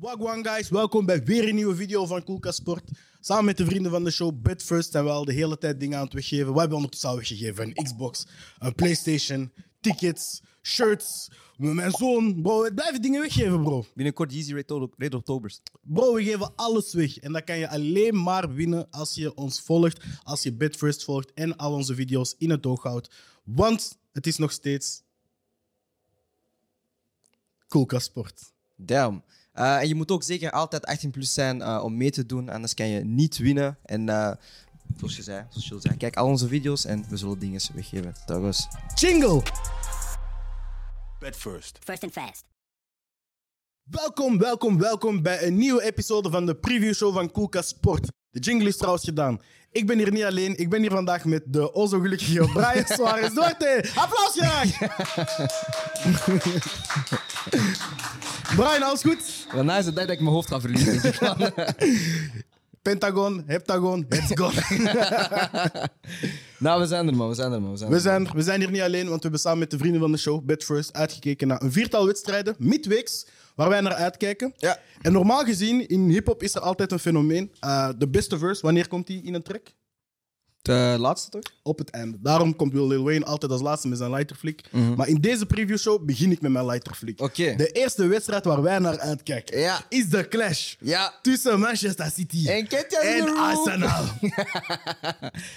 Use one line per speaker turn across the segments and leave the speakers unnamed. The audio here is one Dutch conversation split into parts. Wagwan guys, welkom bij weer een nieuwe video van Koelkast Sport. Samen met de vrienden van de show Bitfirst zijn we al de hele tijd dingen aan het weggeven. We hebben ondertussen al weggegeven een Xbox, een Playstation, tickets, shirts, mijn zoon. Bro, we blijven dingen weggeven, bro.
Binnenkort Yeezy Red, Oct- Red Octobers.
Bro, we geven alles weg. En dat kan je alleen maar winnen als je ons volgt, als je Bitfirst volgt en al onze video's in het oog houdt. Want het is nog steeds Koelkast Sport.
Damn. Eh, en je moet ook zeker altijd 18 plus zijn eh, om mee te doen, anders kan je niet winnen. En eh, zoals je zei, zoals je zei, kijk al onze video's en we zullen dingen weggeven. Dat was.
Jingle!
Bed first.
First and fast.
Welkom, welkom, welkom bij een nieuwe episode van de preview show van Koelkast Sport. De jingle is trouwens gedaan. Ik ben hier niet alleen, ik ben hier vandaag met de o zo gelukkige Brian Suarez Duarte. Applaus graag! Brian, alles goed?
Wel nice de dag dat ik mijn hoofd ga verliezen. denk ik.
Pentagon, heptagon, let's go.
nou, we zijn er man, we zijn er man. We zijn,
We
er, man.
zijn, er- we zijn hier niet alleen, want we hebben samen met de vrienden van de show, Bed First, uitgekeken naar een viertal wedstrijden, midweeks, waar wij naar uitkijken.
Ja.
En normaal gezien, in hip-hop is er altijd een fenomeen. Eh, de beste verse, wanneer komt die in een track?
De laatste toch?
op het einde. Daarom komt Lil Lil Wayne altijd als laatste met zijn lighterflik. Maar in deze previewshow begin ik met mijn lighterflik.
Mhm. Oké.
De eerste wedstrijd waar wij naar uitkijken
Ja.
is de clash
Ja.
tussen Manchester City
En Ketja
en Arsenal.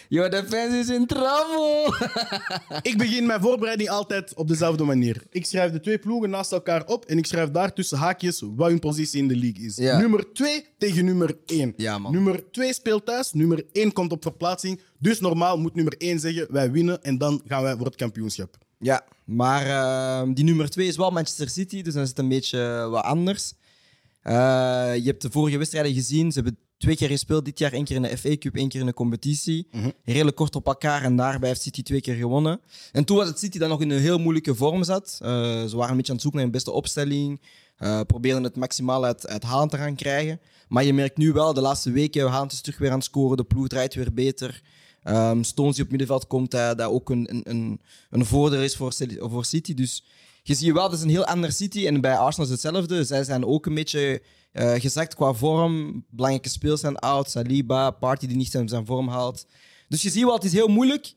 Yo, de fans is in trouble.
ik begin mijn voorbereiding altijd op dezelfde manier. Ik schrijf de twee ploegen naast elkaar op en ik schrijf daar tussen haakjes wat hun positie in de league is.
Ja.
Nummer 2 tegen nummer 1.
Ja, man.
Nummer 2 speelt thuis, nummer 1 komt op verplaatsing. Dus normaal moet nummer 1 zeggen wij winnen en dan gaan wij voor het kampioenschap.
Ja, maar ehm, die nummer 2 is wel Manchester City, dus dan is het een beetje eh, wat anders. Eh, je hebt de vorige wedstrijden gezien. Ze hebben twee keer gespeeld dit jaar. één keer in de FA Cup, één keer in de competitie. Redelijk kort op elkaar en daarbij heeft City twee keer gewonnen. En toen was het City dat nog in een heel moeilijke vorm zat. Eh, ze waren een beetje aan het zoeken naar hun beste opstelling. eh probeerden het maximaal uit, uit Haan te gaan krijgen. Maar je merkt nu wel, de laatste weken, Haan is terug weer aan het scoren. De ploeg draait weer beter. Ehm Stones die op middenveld komt, eh, dat dat ook een, een, een, een voordeel is voor, Cel- voor City. Dus je ziet wel, dat is een heel ander City. En bij Arsenal is hetzelfde. Zij zijn ook een beetje eh, gezakt qua vorm. Belangrijke speels zijn oud. Saliba, Party die niet zijn, zijn vorm haalt. Dus je ziet wel, het is heel moeilijk.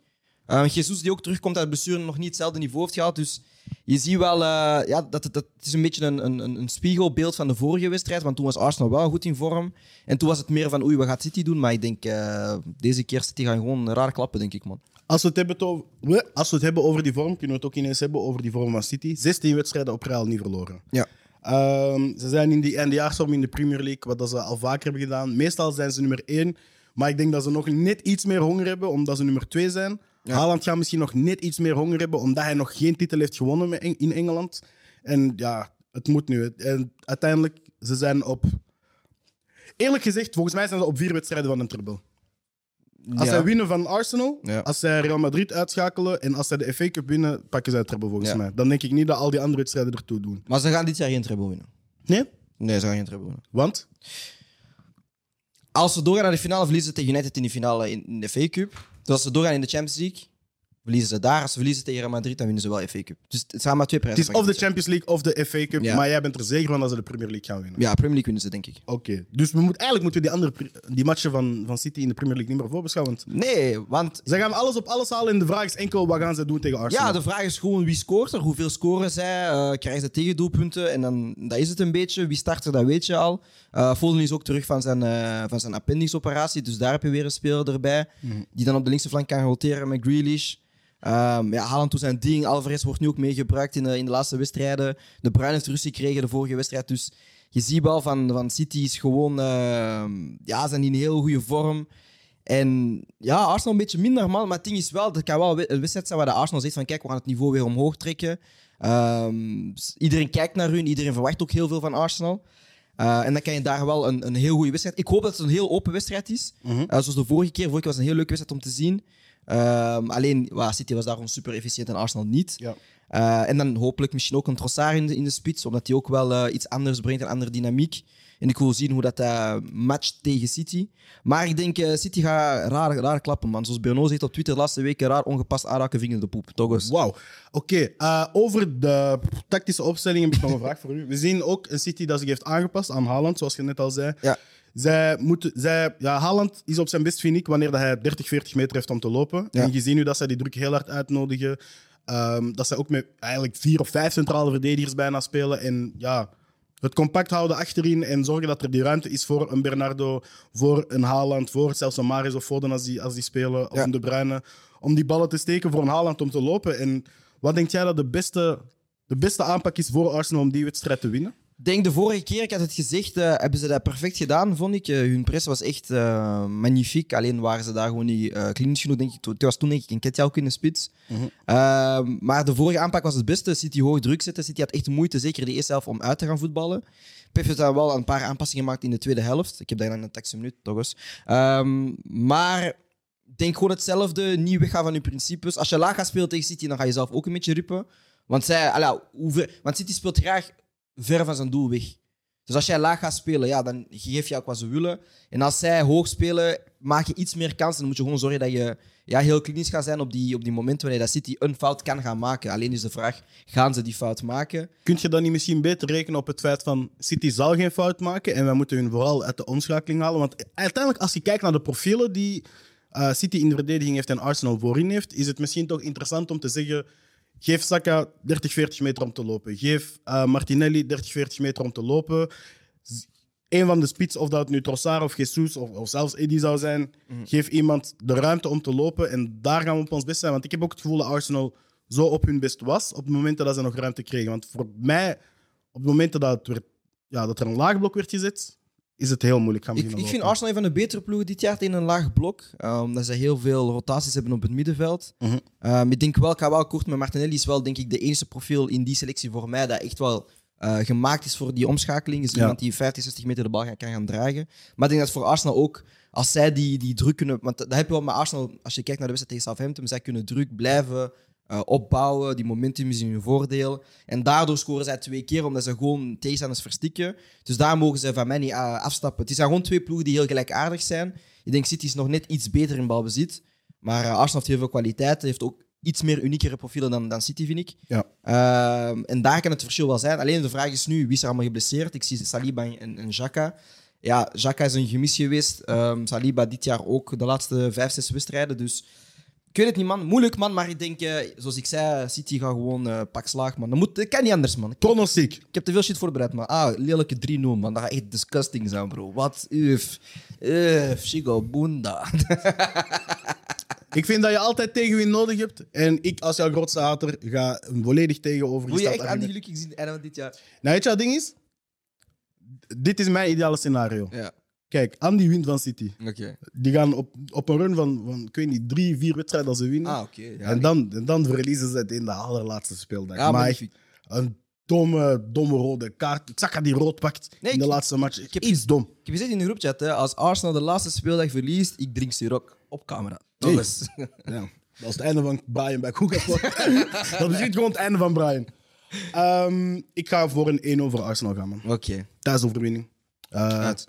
Eh Jesus die ook terugkomt uit blessure nog niet hetzelfde niveau heeft gehaald. Dus je ziet wel eh, ja, dat het, dat het is een beetje een, een, een een spiegelbeeld van de vorige wedstrijd. Want toen was Arsenal wel goed in vorm. En toen was het meer van oei, we gaan City doen. Maar ik denk, eh, deze keer City gaan gewoon raar klappen, denk ik, man.
Als we, het hebben over, we- als we het hebben over die vorm, kunnen we het ook ineens hebben over die vorm van City. 16 wedstrijden op rij al niet verloren.
Ja.
Ehm, ze zijn in die eindejaarsvorm in de Premier League, wat dat ze al vaker hebben gedaan. Meestal zijn ze nummer 1, maar ik denk dat ze nog net iets meer honger hebben, omdat ze nummer 2 zijn. Haaland gaat misschien nog net iets meer honger hebben, omdat hij nog geen titel heeft gewonnen met Eng- in Engeland. En ja, het moet nu. En uiteindelijk, ze zijn op... Eerlijk gezegd, volgens mij zijn ze op vier wedstrijden van een treble. Als
Ja.
zij winnen van Arsenal,
Ja.
als zij Real Madrid uitschakelen en als zij de FA Cup winnen, pakken zij het treble volgens
Ja.
mij. Dan denk ik niet dat al die andere wedstrijden ertoe doen.
Maar ze gaan dit jaar geen treble winnen.
Nee?
Nee, ze gaan geen treble winnen.
Want?
Als ze doorgaan naar de finale, verliezen ze tegen United in de finale in, in de FA Cup. Dus als ze doorgaan in de Champions League, verliezen ze daar. Als ze verliezen tegen Real Madrid, dan winnen ze wel FA Cup. Dus het zijn maar twee prijzen.
Het is of de Champions League of de FA Cup,
Ja.
maar jij bent er zeker van dat ze de Premier League gaan winnen.
Ja, Premier League winnen ze, denk ik.
Oké, dus we moet, eigenlijk moeten we die, andere, pre- die matchen van, van City in de Premier League niet meer voorbeschouwen. Want
Nee, want
zij gaan alles op alles halen en de vraag is enkel wat gaan ze doen tegen Arsenal.
ja, de vraag is gewoon wie scoort er, hoeveel scoren zij, eh, krijgen ze tegendoelpunten en dan dat is het een beetje. Wie start er, dat weet je al. Eh Foden is ook terug van zijn, eh, van zijn appendixoperatie, dus daar heb je weer een speler erbij die dan op de linkse flank kan roteren met Grealish. Ehm ja, Haaland doet zijn ding, Alvarez wordt nu ook meegebruikt in de, in de laatste wedstrijden. De Bruin heeft rustig gekregen de vorige wedstrijd, dus je ziet wel van, van City is gewoon, ehm, ja, ze zijn in heel goede vorm. En ja, Arsenal een beetje minder, man. Maar het ding is wel, dat kan wel we- een wedstrijd zijn waar de Arsenal zegt van kijk, we gaan het niveau weer omhoog trekken. Ehm, s- iedereen kijkt naar hun, iedereen verwacht ook heel veel van Arsenal. Eh, en dan kan je daar wel een, een heel goede wedstrijd... Ik hoop dat het een heel open wedstrijd is. Eh, zoals de vorige keer. Vorige keer was het een heel leuke wedstrijd om te zien. Ehm, alleen, ja, City was daarom super efficiënt en Arsenal niet.
Ja.
Eh, en dan hopelijk misschien ook een Trossard in de, in de spits, omdat die ook wel eh, iets anders brengt, een andere dynamiek. En ik wil zien hoe dat eh, matcht tegen City. Maar ik denk, eh, City gaat raar, raar klappen, man. Zoals Bernard zegt op Twitter laatste week, raar ongepast aanraken, vinger in de poep. Toch eens.
Wauw. Oké, eh, over de tactische opstelling heb ik nog een vraag voor u. We zien ook een City dat zich heeft aangepast aan Haaland, zoals je net al zei.
Ja.
Zij moeten, zij, ja, Haaland is op zijn best uniek wanneer dat hij 30, 40 meter heeft om te lopen.
Ja.
En je ziet nu dat zij die druk heel hard uitnodigen. Ehm, dat zij ook met eigenlijk vier of vijf centrale verdedigers bijna spelen. En ja, het compact houden achterin en zorgen dat er die ruimte is voor een Bernardo, voor een Haaland, voor zelfs een Maris of Foden als die, als die spelen, of
Ja.
een De Bruyne. Om die ballen te steken voor een Haaland om te lopen. En wat denk jij dat de beste, de beste aanpak is voor Arsenal om die wedstrijd te winnen?
Ik denk de vorige keer, ik had het gezegd, eh, hebben ze dat perfect gedaan, vond ik. Eh, hun press was echt eh, magnifiek. Alleen waren ze daar gewoon niet eh, klinisch genoeg, denk ik. Het was toen denk ik een Ketja ook in de spits. Eh, maar de vorige aanpak was het beste. City hoog druk zetten. City had echt moeite, zeker de eerste helft, om uit te gaan voetballen. Pep heeft daar wel een paar aanpassingen gemaakt in de tweede helft. Ik heb daar dan een taxi minuut, toch eens. Ehm, maar denk gewoon hetzelfde. Niet weggaan van je principes. Als je laag gaat spelen tegen City, dan ga je zelf ook een beetje rippen. Want, zij, ala, hoe ver- want City speelt graag ver van zijn doel weg. Dus als jij laag gaat spelen, ja, dan geef je ook wat ze willen. En als zij hoog spelen, maak je iets meer kans. Dan moet je gewoon zorgen dat je ja, heel klinisch gaat zijn op die, op die momenten wanneer dat City een fout kan gaan maken. Alleen is de vraag, gaan ze die fout maken?
Kun je dan niet misschien beter rekenen op het feit van City zal geen fout maken en wij moeten hun vooral uit de omschakeling halen? Want uiteindelijk, als je kijkt naar de profielen die eh, City in de verdediging heeft en Arsenal voorin heeft, is het misschien toch interessant om te zeggen: geef Saka 30, 40 meter om te lopen. Geef eh, Martinelli 30, 40 meter om te lopen. Z- Een van de spits, of dat nu Trossard of Jesus of, of zelfs Eddie zou zijn,
Mhm.
geef iemand de ruimte om te lopen. En daar gaan we op ons best zijn. Want ik heb ook het gevoel dat Arsenal zo op hun best was op het moment dat ze nog ruimte kregen. Want voor mij, op het moment dat, het werd, ja, dat er een laag blok werd gezet, is het heel moeilijk gaan
Ik,
beginnen
ik vind
lopen.
Arsenal een van de betere ploegen dit jaar in een laag blok. eh, Omdat ze heel veel rotaties hebben op het middenveld.
Mhm.
Ehm, ik denk wel, ik ga wel kort met Martinelli. is wel denk ik de enige profiel in die selectie voor mij dat echt wel eh, gemaakt is voor die omschakeling. Is
Ja.
iemand die 50, 60 meter de bal gaan- kan gaan dragen. Maar ik denk dat voor Arsenal ook, als zij die, die druk kunnen... Want dat heb je wel met Arsenal, als je kijkt naar de wedstrijd tegen Southampton. Zij kunnen druk blijven eh, opbouwen. Die momentum is in hun voordeel. En daardoor scoren zij twee keer, omdat ze gewoon tegenstanders verstikken. Dus daar mogen ze van mij niet eh, afstappen. Het zijn gewoon twee ploegen die heel gelijkaardig zijn. Ik denk City is nog net iets beter in balbezit. Maar eh, Arsenal heeft heel veel kwaliteit. Heeft ook iets meer uniekere profielen dan, dan City, vind ik.
Ja.
Ehm, en daar kan het verschil wel zijn. Alleen de vraag is nu, wie is er allemaal geblesseerd? Ik zie Saliba en, en, en Xhaka. Ja, Xhaka is een gemis geweest. Ehm, Saliba dit jaar ook de laatste vijf, zes wedstrijden. Dus ik weet het niet, man. Moeilijk, man. Maar ik denk, eh, zoals ik zei, City gaat gewoon eh, pak slaag, man. Dat, moet, dat kan niet anders, man.
Pronostiek.
Ik heb te veel shit voorbereid, man. Ah, lelijke 3-0, man. Dat gaat echt disgusting zijn, bro. Wat? Uf. Uf. Chico Bunda.
Ik vind dat je altijd tegenwind nodig hebt. En ik, als jouw grootste hater, ga een volledig
Wil je
tegenovergesteld
echt aan die
argument.
gelukkig zien einde van dit jaar?
Nou, weet je wat het ding is? Dit is mijn ideale scenario.
Ja,
Kijk, Andy wint van City.
oké.
Die gaan op, op een run van, van, ik weet niet, drie, vier wedstrijden als ze winnen.
Ah, oké. Ja,
en, dan, en dan verliezen ze het in de allerlaatste speeldag.
ja,
maar echt
magnifiek.
een domme, domme rode kaart. Ik zag dat die rood pakt
Nee,
in de
ik-
laatste match. Ik
heb-
heb iets dom.
Ik heb gezegd in de groepchat, hè, als Arsenal de laatste speeldag verliest, ik drink Siroc op camera.
Nee.
Thomas.
Ja. Dat is het einde van Brian bij Koekas. dat is niet gewoon het einde van Brian. Ehm, ik ga voor een 1-0 voor Arsenal gaan, man.
Oké.
Thuisoverwinning. Eh, uit.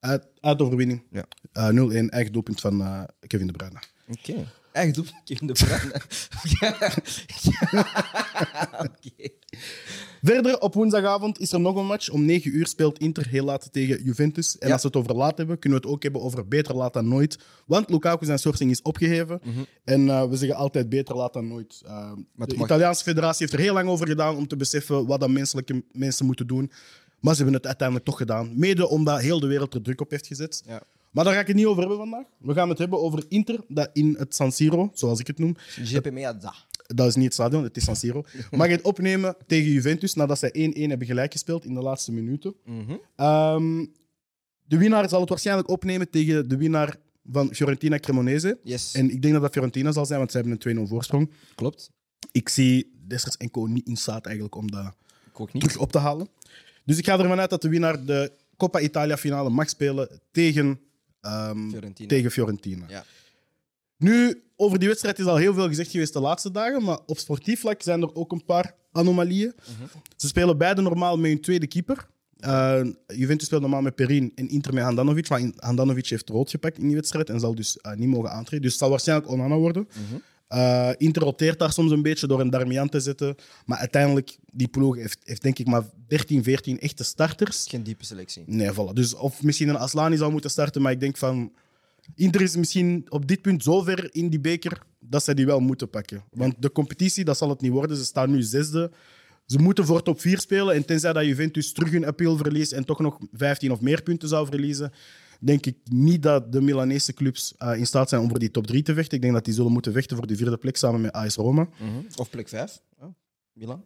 Uit.
Uit, overwinning.
Ja.
Eh, 0-1, eigen doelpunt van eh, Kevin De Bruyne.
Oké. Echt doe ik in de brand. Oké.
Verder, op woensdagavond is er nog een match. Om 9 uur speelt Inter heel laat tegen Juventus. En
Ja.
als we het over laat hebben, kunnen we het ook hebben over beter laat dan nooit. Want Lukaku zijn sourcing is opgeheven.
Mhm.
En eh, we zeggen altijd beter laat dan nooit. Eh,
het
de
mag-
Italiaanse federatie heeft er heel lang over gedaan om te beseffen wat dat menselijke mensen moeten doen. Maar ze hebben het uiteindelijk toch gedaan. Mede omdat heel de wereld er druk op heeft gezet.
Ja.
Maar daar ga ik het niet over hebben vandaag. We gaan het hebben over Inter, dat in het San Siro, zoals ik het noem,
JP Meada.
dat is niet het stadion, het is San Siro. Mag je het opnemen tegen Juventus nadat zij 1-1 hebben gelijk gespeeld in de laatste minuten? Ehm, de winnaar zal het waarschijnlijk opnemen tegen de winnaar van Fiorentina Cremonese.
Yes.
En ik denk dat dat Fiorentina zal zijn, want zij hebben een 2-0 voorsprong.
Klopt.
Ik zie Dessers en Co niet in staat eigenlijk om dat
Ik ook
terug
niet.
op te halen. Dus ik ga ervan uit dat de winnaar de Coppa Italia finale mag spelen tegen, ehm,
Fiorentina.
tegen Fiorentina.
Ja.
Nu, over die wedstrijd is al heel veel gezegd geweest de laatste dagen, maar op sportief vlak zijn er ook een paar anomalieën.
Mhm.
Ze spelen beide normaal met hun tweede keeper. Eh, Juventus speelt normaal met Perin en Inter met Handanovic, maar Handanovic heeft rood gepakt in die wedstrijd en zal dus eh, niet mogen aantreden. Dus het zal waarschijnlijk Onana worden.
Mhm.
Eh, Inter roteert daar soms een beetje door een Darmian te zetten, maar uiteindelijk, die ploeg heeft, heeft denk ik maar 13, 14 echte starters.
Geen diepe selectie.
Nee, voilà. Dus of misschien een Aslani zou moeten starten, maar ik denk van... Inter is misschien op dit punt zo ver in die beker dat zij die wel moeten pakken. Want de competitie, dat zal het niet worden. Ze staan nu zesde. Ze moeten voor top 4 spelen. En tenzij dat Juventus terug hun appeal verliest en toch nog 15 of meer punten zou verliezen, denk ik niet dat de Milanese clubs eh, in staat zijn om voor die top 3 te vechten. Ik denk dat die zullen moeten vechten voor de vierde plek samen met AS Roma.
Of plek 5. Milan.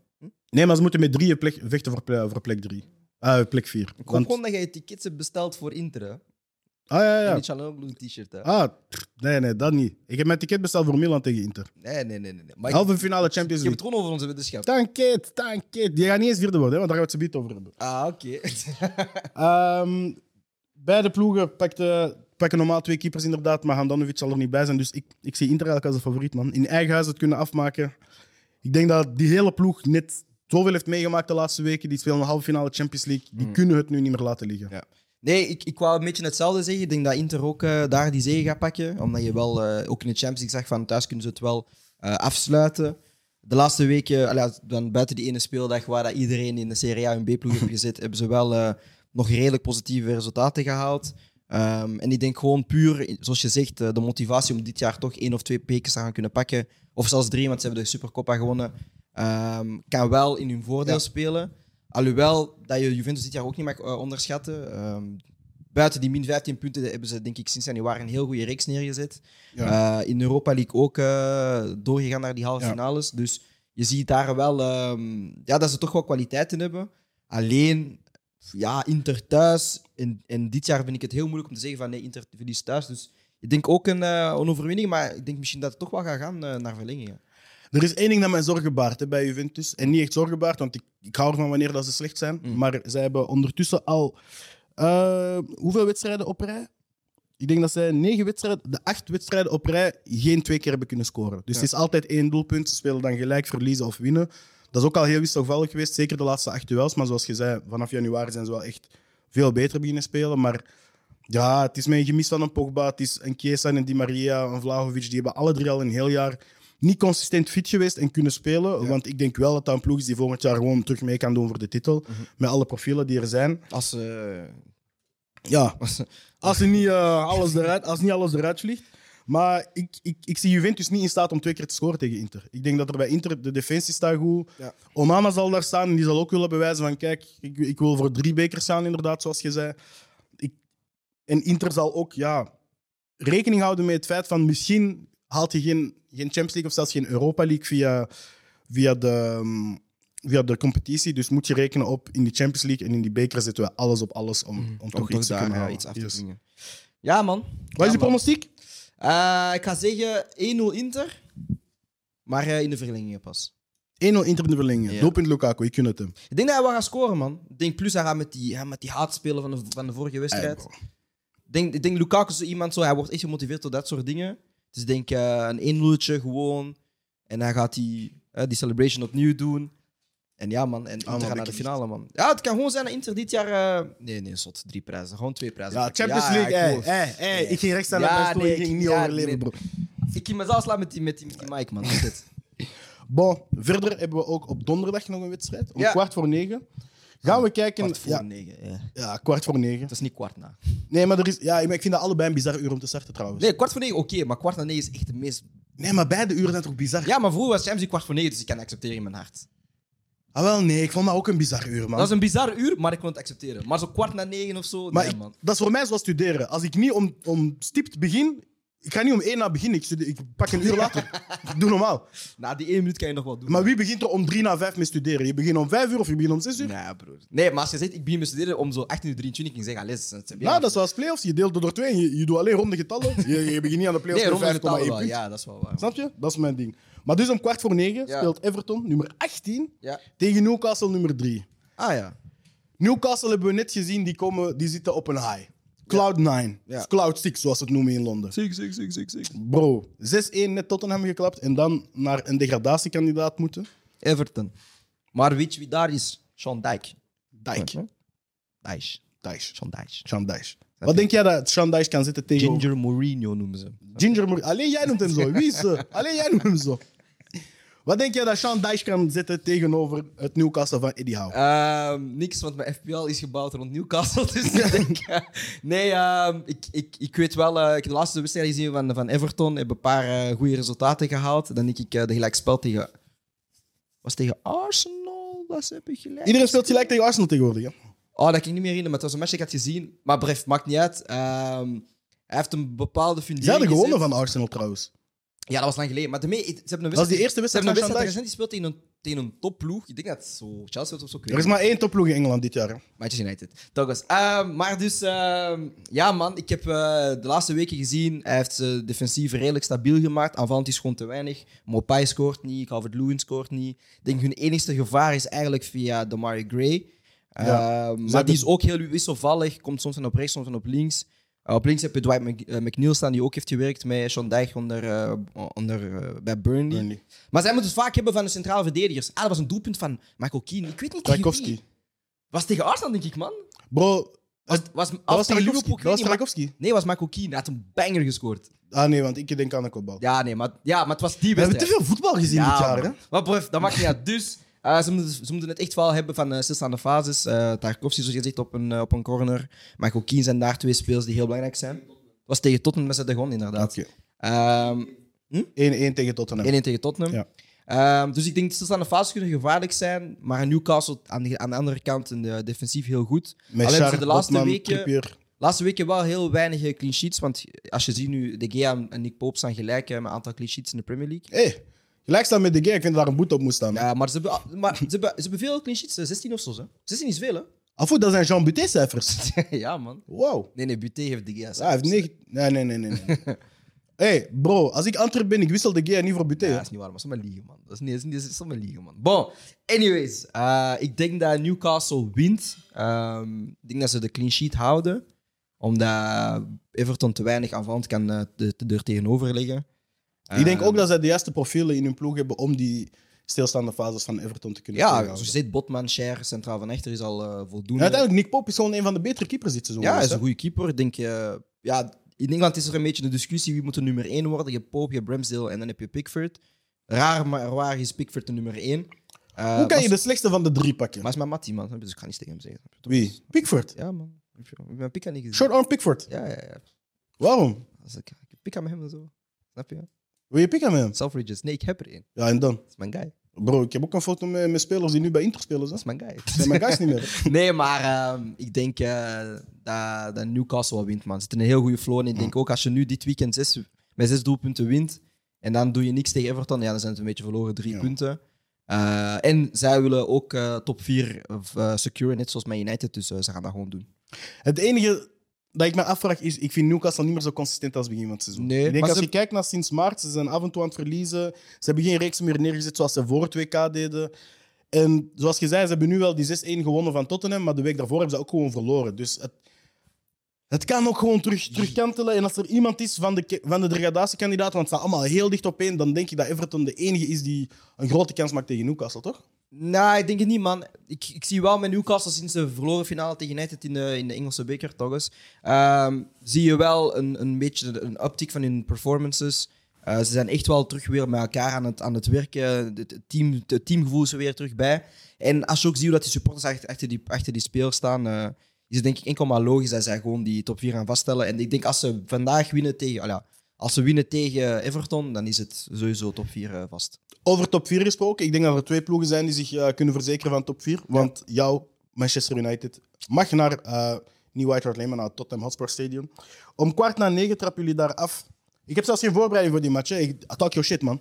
Nee, maar ze moeten met drieën plek, vechten voor, ple- voor plek 3. Eh plek 4.
Ik hoop gewoon dat jij tickets hebt besteld voor Inter. Hè?
Ah, ja,
En
ja.
die Chalanoglu t-shirt. Hè?
Ah, pff, nee, nee, dat niet. Ik heb mijn ticket besteld voor Milan tegen Inter.
Nee, nee, nee. nee, nee. Maar ik-
Halve finale
je
Champions
hebt het
League.
gewoon over onze weddenschap.
Dank je, dank je. Die gaat niet eens vierde worden, hè, want daar gaan we het zo meteen over hebben.
Ah, oké.
Ehm, beide ploegen pakten, pakken normaal twee keepers inderdaad, maar Handanovic zal er niet bij zijn. Dus ik, ik zie Inter eigenlijk als de favoriet, man. In eigen huis het kunnen afmaken. Ik denk dat die hele ploeg net zoveel heeft meegemaakt de laatste weken. Die spelen een halve finale Champions League. Die
Mm.
kunnen het nu niet meer laten liggen.
Ja. Nee, ik, ik wou een beetje hetzelfde zeggen. Ik denk dat Inter ook eh, daar die zege gaat pakken. Omdat je wel, eh, ook in de Champions League zag van thuis kunnen ze het wel eh, afsluiten. De laatste weken, allee, als- dan buiten die ene speeldag waar dat iedereen in de Serie A en B-ploeg heeft gezet, hebben ze wel eh, nog redelijk positieve resultaten gehaald. Ehm, en ik denk gewoon puur, zoals je zegt, eh, de motivatie om dit jaar toch één of twee bekers te gaan kunnen pakken. Of zelfs drie, want ze hebben de Supercoppa gewonnen. ehm, kan wel in hun voordeel spelen. Alhoewel dat je Juventus dit jaar ook niet mag eh, onderschatten. Ehm, buiten die min 15 punten hebben ze, denk ik, sinds januari een heel goede reeks neergezet. Eh, in Europa League ook eh, doorgegaan naar die halve
Ja.
finales. Dus je ziet daar wel ehm, ja, dat ze toch wel kwaliteiten hebben. Alleen, ja, Inter thuis. En, en dit jaar vind ik het heel moeilijk om te zeggen van nee, Inter verliest thuis. Dus ik denk ook een, eh, een overwinning, maar ik denk misschien dat het toch wel gaat gaan eh, naar verlengingen.
Er is één ding dat mij zorgen baart hè, bij Juventus. En niet echt zorgen baart, want ik, ik hou ervan wanneer dat ze slecht zijn. Maar zij hebben ondertussen al eh, hoeveel wedstrijden op rij? Ik denk dat zij negen wedstrijden, de acht wedstrijden op rij geen twee keer hebben kunnen scoren. Dus het is altijd één doelpunt. Ze spelen dan gelijk, verliezen of winnen. Dat is ook al heel wisselvallig geweest, zeker de laatste acht duels. Maar zoals je zei, vanaf januari zijn ze wel echt veel beter beginnen spelen. Maar ja, het is mijn gemis van een Pogba. Het is een Chiesa en een Di Maria, een Vlahovic. Die hebben alle drie al een heel jaar niet consistent fit geweest en kunnen spelen. Want ik denk wel dat dat een ploeg is die volgend jaar gewoon terug mee kan doen voor de titel. Met alle profielen die er zijn.
Als eh, ze.
Ja, als, er niet, eh, alles, eruit, als niet alles eruit vliegt. Maar ik, ik, ik zie Juventus niet in staat om twee keer te scoren tegen Inter. Ik denk dat er bij Inter de defensie staat goed.
Ja.
Onana zal daar staan en die zal ook willen bewijzen van kijk, ik, ik wil voor drie bekers gaan inderdaad, zoals je zei. Ik, en Inter zal ook ja, rekening houden met het feit van misschien haalt hij geen, geen Champions League of zelfs geen Europa League via, via, de, ehm, via de competitie. Dus moet je rekenen op in die Champions League en in die beker zetten we alles op alles om, om, toch, iets te kunnen
eh,
halen.
iets af Mm. te
Yes.
dwingen. Ja, man.
Wat is
Ja,
je
man.
pronostiek?
Eh, ik ga zeggen 1-0 Inter, maar eh, in de verlengingen pas.
1-0 Inter in de verlenging.
Ja.
Doelpunt Lukaku, je kunt het hem.
Ik denk dat hij wel gaat scoren, man. Ik denk plus hij gaat met die, hij met die haat spelen van de, van de vorige wedstrijd.
Ey,
Ik denk, ik denk Lukaku is zo iemand zo, hij wordt echt gemotiveerd door dat soort dingen. Dus ik denk eh, een 1 0 gewoon. En hij gaat die, eh, die celebration opnieuw doen. En ja, man. En Inter
Ah, man,
gaat naar
ik
de
lief.
finale, man. Ja, het kan gewoon zijn dat Inter dit jaar... eh, Nee, nee, zot. Drie prijzen. Gewoon twee prijzen.
Ja,
pakken.
Champions
Ja,
League,
ja, ik
ey,
hoor.
ey, ey. Ik ging rechts naar de
Ja,
ja,
nee,
ik ging
ik-
niet
ja,
overleven,
nee.
bro.
Ik ging mezelf slaan met die, met die, met die mic, man. Shit.
Bon, verder hebben we ook op donderdag nog een wedstrijd. Om
Ja.
kwart voor negen. Gaan we kijken...
Kwart voor
ja,
negen. ja.
ja, kwart voor negen.
Het is niet kwart na.
Nee, maar er is, ja, ik vind dat allebei een bizar uur om te starten, trouwens. Nee,
Nee, kwart voor negen, oké. maar kwart na negen is echt de meest...
maar beide uren zijn toch bizar?
Ja, maar vroeger was Champions League kwart voor negen, dus ik kan het accepteren in mijn hart.
Ah, wel, nee. Ik vond dat ook een bizar uur, man.
Dat is een bizar uur, maar ik kon het accepteren. Maar zo kwart na negen of zo,
Maar
nee,
ik-
man.
dat is voor mij zoals studeren. Als ik niet om, om stipt begin... Ik ga niet om één na beginnen. Ik, studeer- ik pak een uur later. Doe normaal.
Na die één minuut kan je nog wat doen.
Maar wie begint er om drie na vijf mee studeren? Je begint om vijf uur of je begint om zes uur?
Nee, broer. Nee, maar als je zegt, ik begin met studeren om zo 18 uur 23, ging zeggen, les. Dat
Ja, Nou, dat is zoals playoffs. Je deelt het door twee en je, je doet alleen ronde getallen. Je, je begint niet aan de
Nee,
playoffs
rond
met 5,1
de wel.
punt.
Ja, dat is wel waar.
Snap je? Dat is mijn ding. Maar dus om kwart voor negen
Ja.
speelt Everton, nummer 18,
Ja.
tegen Newcastle, nummer 3.
Ah ja.
Newcastle hebben we net gezien, die, komen, die zitten op een high. Cloud 9.
Ja.
Of Cloud 6, zoals ze het noemen in Londen.
Ziek, ziek, ziek, ziek, ziek.
Bro, 6-1 net Tottenham geklapt en dan naar een degradatiekandidaat moeten.
Everton. Maar weet je wie daar is? Sean Dijk.
Dijk.
Dijs.
Dijs.
Sean Dijk.
Sean Dijs. Wat denk jij dat Sean Dijs kan zitten tegen Ginger,
Ginger Mourinho noemen ze. hem.
Moer- Alleen jij noemt hem zo. Wie is ze? Alleen jij noemt hem zo. Wat denk jij dat Sean Dijs kan zitten tegenover het Newcastle van Eddie Howe?
Ehm, niks, want mijn FPL is gebouwd rond Newcastle. Dus ik denk, eh, nee, ehm, ik, ik, ik weet wel. eh, ik heb de laatste wedstrijd gezien van, van Everton. Hebben een paar eh, goede resultaten gehaald. Dan denk ik eh, de gelijkspel tegen. Was tegen Arsenal? Dat ze hebben gelijk.
Iedereen speelt gelijk tegen Arsenal tegenwoordig. hè?
Oh, dat kan ik niet meer herinneren, maar het was een match dat ik had gezien. Maar bref, maakt niet uit. Ehm, hij heeft een bepaalde fundering.
Ze hadden gewonnen
gezet.
van Arsenal trouwens.
Ja, dat was lang geleden. Maar de mee, ze hebben een
Dat is die
wedstrijd.
eerste
Ze
wedstrijd
hebben
van
een
Sean Dijs.
wedstrijd recent gespeeld tegen een, tegen een topploeg. Ik denk dat het zo Chelsea was of zo. ik weet
Er is
het
maar één topploeg in Engeland dit jaar. hè.
Manchester United. Douglas. Ehm, maar dus, ehm, ja man, ik heb eh, de laatste weken gezien, hij heeft ze defensief redelijk stabiel gemaakt. Aanvallend is gewoon te weinig. Mopai scoort niet, Calvert-Lewin scoort niet. Ik denk hun enigste gevaar is eigenlijk via Damari Gray. Ehm,
Ja.
maar
hebben-
die is ook heel wisselvallig, komt soms van op rechts, soms van op links. Eh, op links heb je Dwight Mc- eh, McNeil staan, die ook heeft gewerkt met Sean Dijk onder, eh, onder, eh, bij Burnley.
Burnley.
Maar zij moeten het vaak hebben van de centrale verdedigers. Ah, dat was een doelpunt van Michael Keane. Ik weet niet tegen wie.
Tchaikovsky.
Was het tegen Arsenal, denk ik, man.
Bro,
Was, was, was,
dat was
tegen
Tchaikovsky.
Liverpool,
Dat was
ik weet niet, maar-
Tchaikovsky.
Nee, was Michael Keane. Hij had een banger gescoord.
Ah nee, want ik denk aan de kopbal.
Ja, nee, maar, ja, maar het was die
We hebben
wedstrijd.
te veel voetbal gezien
ja,
dit jaar. Hè?
man. Maar bref, dat maakt niet uit. Dus eh, ze, moeten, ze moeten het echt wel hebben van eh stilstaande fases. Eh Tarkovsky, zoals je zegt, op een, eh, op een corner. Michael Keane zijn daar twee speels die heel belangrijk zijn. was tegen Tottenham met de gewonnen, inderdaad.
Oké.
Ehm,
1-1 tegen Tottenham.
1-1 tegen Tottenham.
Ja.
Ehm, dus ik denk dat stilstaande fases kunnen gevaarlijk zijn. Maar Newcastle aan de, aan de andere kant in de defensief heel goed.
Met
Alleen
Sharp,
ze de laatste
Botman,
weken...
Trippier.
Laatste weken wel heel weinig eh, clean sheets. Want als je ziet nu, De Gea en Nick Pope staan gelijk eh, met een aantal clean sheets in de Premier League.
Hé, gelijk staan met de gay. Ik vind dat daar een boete op moet staan.
Ja, maar ze hebben, ah, maar ze hebben, ze hebben veel clean sheets. eh, 16 of zo. Hè. 16 is veel,
Afvoer, Ah, dat zijn Jean Buté-cijfers.
hè? ja, man.
Wow.
Nee, nee, Buté heeft De Gea.
Ja, Ah, hij heeft negen... Nee, nee, nee, nee. nee. hey, bro, als ik Antwerp ben, ik wissel de gay niet voor Buté.
Ja,
hè.
dat is niet waar, maar sommigen liegen, man. Dat is niet, dat is niet, dat is sommigen liegen, man. Bon, anyways. eh, ik denk dat Newcastle wint. Ehm, ik denk dat ze de clean sheet houden. Omdat Everton te weinig aanvallend kan eh, de, de deur tegenover liggen.
Ik denk ook dat zij de juiste profielen in hun ploeg hebben om die stilstaande fases van Everton te kunnen
Ja,
tegenhouden.
zoals je zegt, Botman, Cher, Centraal van Echter is al eh,
En
voldoende.
uiteindelijk, Nick Pope is gewoon een van de betere keepers dit seizoen.
ja, hij
dus,
is een
hè.
goede keeper. Ik Denk, eh, ja, in Engeland is er een beetje een discussie wie moet de nummer 1 worden. Je hebt Pope, je hebt Ramsdale en dan heb je Pickford. Raar, maar waar is Pickford de nummer 1?
Hoe kan je de slechtste van de drie pakken?
Maar het is mijn mattie, man. Dus ik ga niets tegen hem zeggen.
Wie? Pickford.
Ja, man. Ik heb mijn pika niet gezien.
Short arm Pickford.
Ja, ja, ja.
Waarom?
Als ik, ik pika met hem en zo. Snap je?
Wil je pikken met hem?
Selfridges. Nee, ik heb er één.
Ja, en dan?
Dat is mijn guy.
Bro, ik heb ook een foto met, met spelers die nu bij Inter spelen. Hè?
Dat is mijn guy.
Dat zijn mijn guys niet meer.
Nee, maar ehm, ik denk eh, dat, dat Newcastle wel wint, man. Ze zitten in een heel goede flow. En ik denk ook als je nu dit weekend zes, met zes doelpunten wint. en dan doe je niks tegen Everton, ja, dan zijn het een beetje verloren drie
Ja.
punten. Eh, en zij willen ook eh, top 4 secure, securen, net zoals Man United. Dus eh, ze gaan dat gewoon doen.
Het enige dat ik me afvraag is, ik vind Newcastle niet meer zo consistent als begin van het seizoen.
Nee,
ik denk
maar
als
ze-
je kijkt naar sinds maart, ze zijn af en toe aan het verliezen. Ze hebben geen reeks meer neergezet zoals ze voor het WK deden. En zoals je zei, ze hebben nu wel die 6-1 gewonnen van Tottenham, maar de week daarvoor hebben ze ook gewoon verloren. Dus het, het kan ook gewoon terug, terugkantelen. En als er iemand is van de, ke- van de degradatiekandidaten, want ze staan allemaal heel dicht op één, dan denk ik dat Everton de enige is die een grote kans maakt tegen Newcastle, toch?
Nee, ik denk het niet, man. Ik, ik zie wel met Newcastle sinds de verloren finale tegen United in de, in de Engelse beker, toch eens. ehm, zie je wel een, een beetje een uptick van hun performances. Eh, ze zijn echt wel terug weer met elkaar aan het, aan het werken. Het, het team, het teamgevoel is er weer terug bij. En als je ook ziet hoe dat die supporters achter, achter die, achter die speler staan, eh, is het denk ik enkel maar logisch dat zij gewoon die top 4 gaan vaststellen. En ik denk als ze vandaag winnen tegen... ah ja, als ze winnen tegen Everton, dan is het sowieso top 4 eh, vast.
Over top 4 gesproken, ik denk dat er twee ploegen zijn die zich eh, kunnen verzekeren van top 4. Want jouw Manchester United mag naar eh, niet White Hart Lane, maar naar het Tottenham Hotspur Stadium. Om kwart na negen trappen jullie daar af. Ik heb zelfs geen voorbereiding voor die match. hè. Ik talk your shit, man.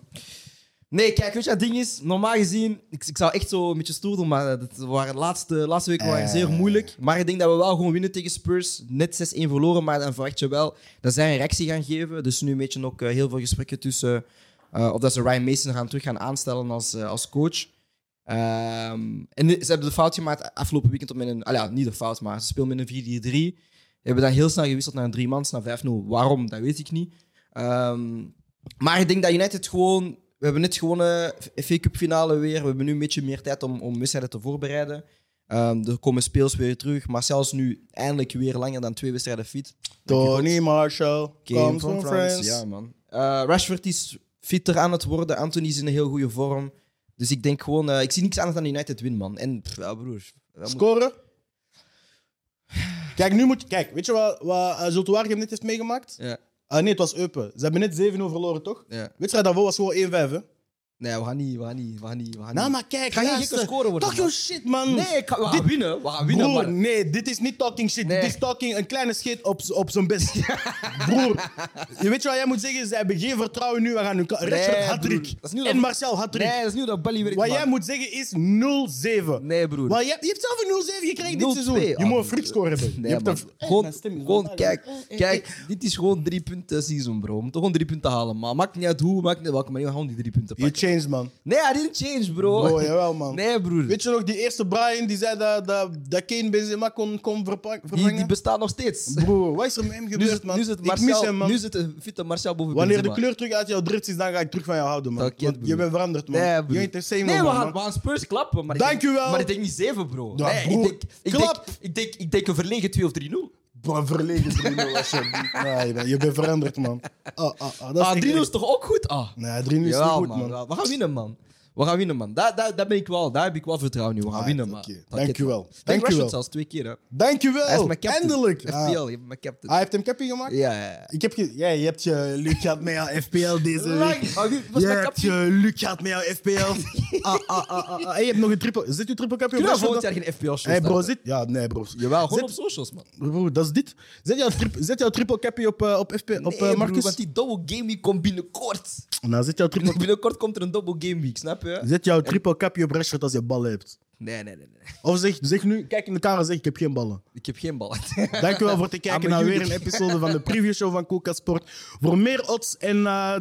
Nee, kijk, weet je wat het ding is? Normaal gezien, ik, ik zou echt zo een beetje stoer doen, maar eh, dat waren de laatste, laatste weken waren zeer moeilijk. Maar ik denk dat we wel gewoon winnen tegen Spurs. Net 6-1 verloren, maar dan verwacht je wel dat zij een reactie gaan geven. Dus nu een beetje ook eh, heel veel gesprekken tussen eh, of dat ze Ryan Mason gaan terug gaan aanstellen als, eh, als coach. Ehm, en ze hebben de fout gemaakt afgelopen weekend om in een... Ah ja, niet de fout, maar ze speelden met een 4-3-3. Hebben dan heel snel gewisseld naar een drie mans, naar 5-0. Waarom, dat weet ik niet. Ehm, maar ik denk dat United gewoon... We hebben net gewonnen, FA Cup finale weer. We hebben nu een beetje meer tijd om, om wedstrijden te voorbereiden. Ehm, er komen speels weer terug. Marcel is nu eindelijk weer langer dan twee wedstrijden fit.
Tony Marshall,
Game
comes
van
from
France.
France.
Ja, man. Eh, Rashford is fitter aan het worden. Anthony is in een heel goede vorm. Dus ik denk gewoon... eh, ik zie niks anders dan United win, man. En pff, ja, broer... we moeten-
Scoren. Kijk, nu moet je... Kijk, weet je wat, wat uh, net heeft meegemaakt?
Ja,
Ah, nee, het was Eupen. Ze hebben net 7-0 verloren, toch?
ja.
Wedstrijd daarvoor was gewoon 1-5, hè?
Nee, we gaan niet, we gaan niet, we gaan niet. We gaan
Nou,
niet.
maar kijk,
Hmm. Ga je
luister.
gekke scoren worden,
Talk your
man.
shit, man.
Nee, ik ga- we gaan winnen. We gaan winnen,
Broer,
maar-
nee, dit is niet talking shit.
Nee.
Dit is talking een kleine shit op, z- op zijn best. Broer, je weet je wat jij moet zeggen? Ze hebben geen vertrouwen nu. We gaan nu... ka- Rashford
broer.
Hattrick
Dat is niet
en
dat-
Marcel Hattrick.
Nee, dat is niet hoe dat Bali werkt.
Wat
man.
jij moet zeggen is 0-7.
Nee, broer.
Maar je, hebt- je hebt zelf een 0-7 gekregen dit
0-2.
seizoen. Je
Ah,
moet
broer.
een freakscore hebben.
Nee,
je hebt
man.
een fr-
gewoon,
Mijn stem is
gewoon
wel
kijk,
duidelijk.
kijk, dit is gewoon drie punten season, bro. Om toch gewoon drie punten te halen. Maar maakt niet uit hoe, maakt niet uit welke manier. We gaan gewoon die drie punten
Je
pakken.
changed, man.
Nee, hij didn't change, bro.
Bro, jawel, man.
Nee, broer.
Weet je nog, die eerste Brian die zei dat, dat, dat Kane Benzema kon, kon verpa-
die, die
vervangen?
bestaat nog steeds.
Bro, wat is er met hem
Nu
gebeurd,
zit,
man?
nu zit
ik mis
Marcel,
hem, man.
nu zit de fitte Marcel boven
Wanneer de
Benzema.
kleur terug uit jouw drift is, dan ga ik terug van jou houden, man.
Dat kent,
Want je
broer.
bent veranderd, man.
Nee,
je
broer.
ain't the same
Nee,
no
we
more,
gaan, we
man.
gaan Spurs klappen. Maar
Dank
ik denk,
u wel.
Maar ik denk niet 7, bro.
Ja,
nee,
broer,
ik, denk, ik,
klap.
Denk, ik, denk, ik denk een verlegen 2 of 3-0.
Bro, verlegen 3-0, alsjeblieft. Nee, man, je bent veranderd, man. Ah, ah, ah, dat is
Ah,
echt
3-0 is
echt-
toch ook goed? Ah.
Nee, 3-0 is niet
Jawel,
goed,
man.
man.
Ja, We gaan winnen, man. We gaan winnen, man. Daar, daar, daar, ben ik wel, daar heb ik wel vertrouwen in. We gaan
Ah,
winnen,
oké.
man.
Dank
Pakket,
je
man.
wel.
Ik denk
Dank je
Rashford
wel.
zelfs twee keer, hè. Hij is
Dankjewel.
mijn captain.
Eindelijk.
FPL,
Ah,
je bent mijn captain.
Hij heeft hem cappy gemaakt?
Ja, ja, ja.
Ik heb ge- Jij hebt je Luc gehad met jouw FPL deze
Lang.
week.
Ah, wie was
Jij hebt
mijn captain?
je Luc gehad met jouw FPL. ah, ah, ah, ah, ah. Hey, je hebt nog een triple. Zit je triple cappy op
Kunnen we
Rashford dan?
volgend jaar geen FPL-show
Hey bro, zit... Ja, nee bro.
Jawel, gewoon op
Zit-
socials, man.
Broer, dat is dit. Zet jouw, trip, zet jouw triple cappy op, eh, op, FP, op eh,
Nee, broer,
Marcus.
want die double game week komt binnenkort.
Nou, zet jouw triple,
Binnenkort komt er een double game week, snap je?
zet jouw triple cappy op Rashford als je ballen hebt.
Nee, nee, nee. nee.
Of zeg, zeg nu, kijk in de camera en zeg, ik heb geen ballen.
Ik heb geen bal.
Dankjewel voor het kijken
Ah, maar
naar weer
jullie-
een episode van de previewshow van Koelkast Sport. Voor meer odds en... eh,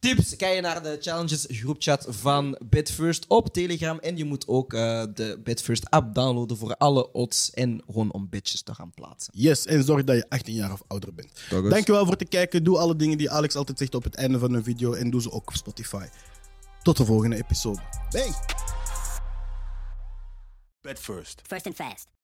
Tips kan je naar de challenges groepchat van Betfirst op Telegram. En je moet ook eh, de Betfirst app downloaden voor alle odds en gewoon om bedjes te gaan plaatsen.
yes, en zorg dat je 18 jaar of ouder bent. Dankjewel voor het kijken. Doe alle dingen die Alex altijd zegt op het einde van een video. En doe ze ook op Spotify. Tot de volgende episode. Bang!
Bet first.
First and fast.